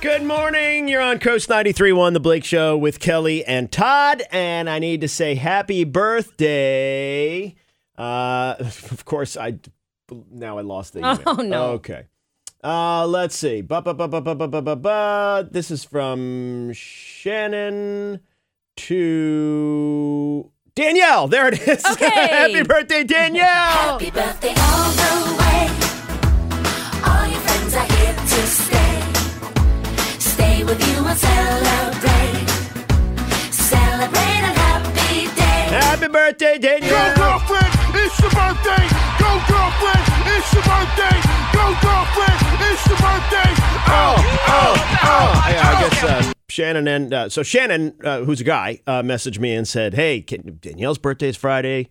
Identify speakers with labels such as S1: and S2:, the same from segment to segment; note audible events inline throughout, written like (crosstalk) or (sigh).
S1: Good morning. You're on Coast 93.1, The Blake Show with Kelly and Todd. And I need to say happy birthday. Uh, (laughs) of course, I now I lost the email.
S2: Oh, no.
S1: Okay. Uh, let's see. Ba, ba, ba, ba, ba, ba, ba, ba, ba. This is from Shannon to Danielle. There it is. (laughs)
S2: Okay.
S1: happy birthday, Danielle.
S3: Happy birthday all the way. All your friends are here to stay. Stay with you and celebrate. Celebrate a happy day.
S1: happy birthday,
S4: Go
S1: Danielle.
S4: girlfriend, it's your birthday. Go girlfriend, it's your birthday. Go girlfriend, it's your birthday. Oh, oh, oh.
S1: Yeah, I guess uh, Shannon and uh, so Shannon, uh, who's a guy, uh, messaged me and said, "Hey, can, Danielle's birthday is Friday.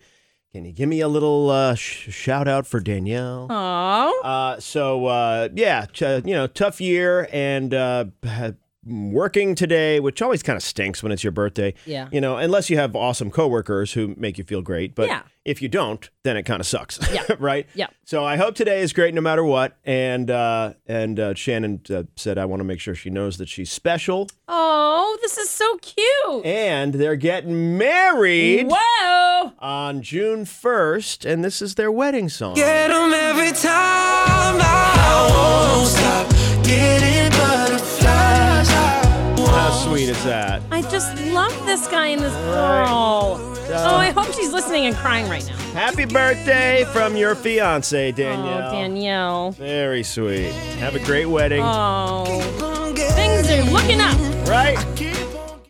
S1: Can you give me a little uh, sh- shout out for Danielle?"
S2: Aw.
S1: Uh, so uh, yeah, t- uh, you know, tough year and uh, working today, which always kind of stinks when it's your birthday.
S2: Yeah.
S1: You know, unless you have awesome coworkers who make you feel great, but
S2: Yeah.
S1: if you don't, then it kind of sucks.
S2: Yeah.
S1: (laughs) right.
S2: Yeah.
S1: So I hope today is great no matter what. And uh, and uh, Shannon uh, said I want to make sure she knows that she's special.
S2: Oh, this is so cute.
S1: And they're getting married
S2: Whoa.
S1: on June first, and this is their wedding song.
S5: Get 'em every time. I won't stop getting butterflies. I won't
S1: How sweet is that?
S2: I just love this guy and this girl. Oh, I hope she's listening and crying right now.
S1: Happy birthday from your fiance, Danielle.
S2: Oh, Danielle.
S1: Very sweet. Have a great wedding,
S2: Oh.
S5: stop
S2: Things
S5: getting
S2: are looking up.
S1: right?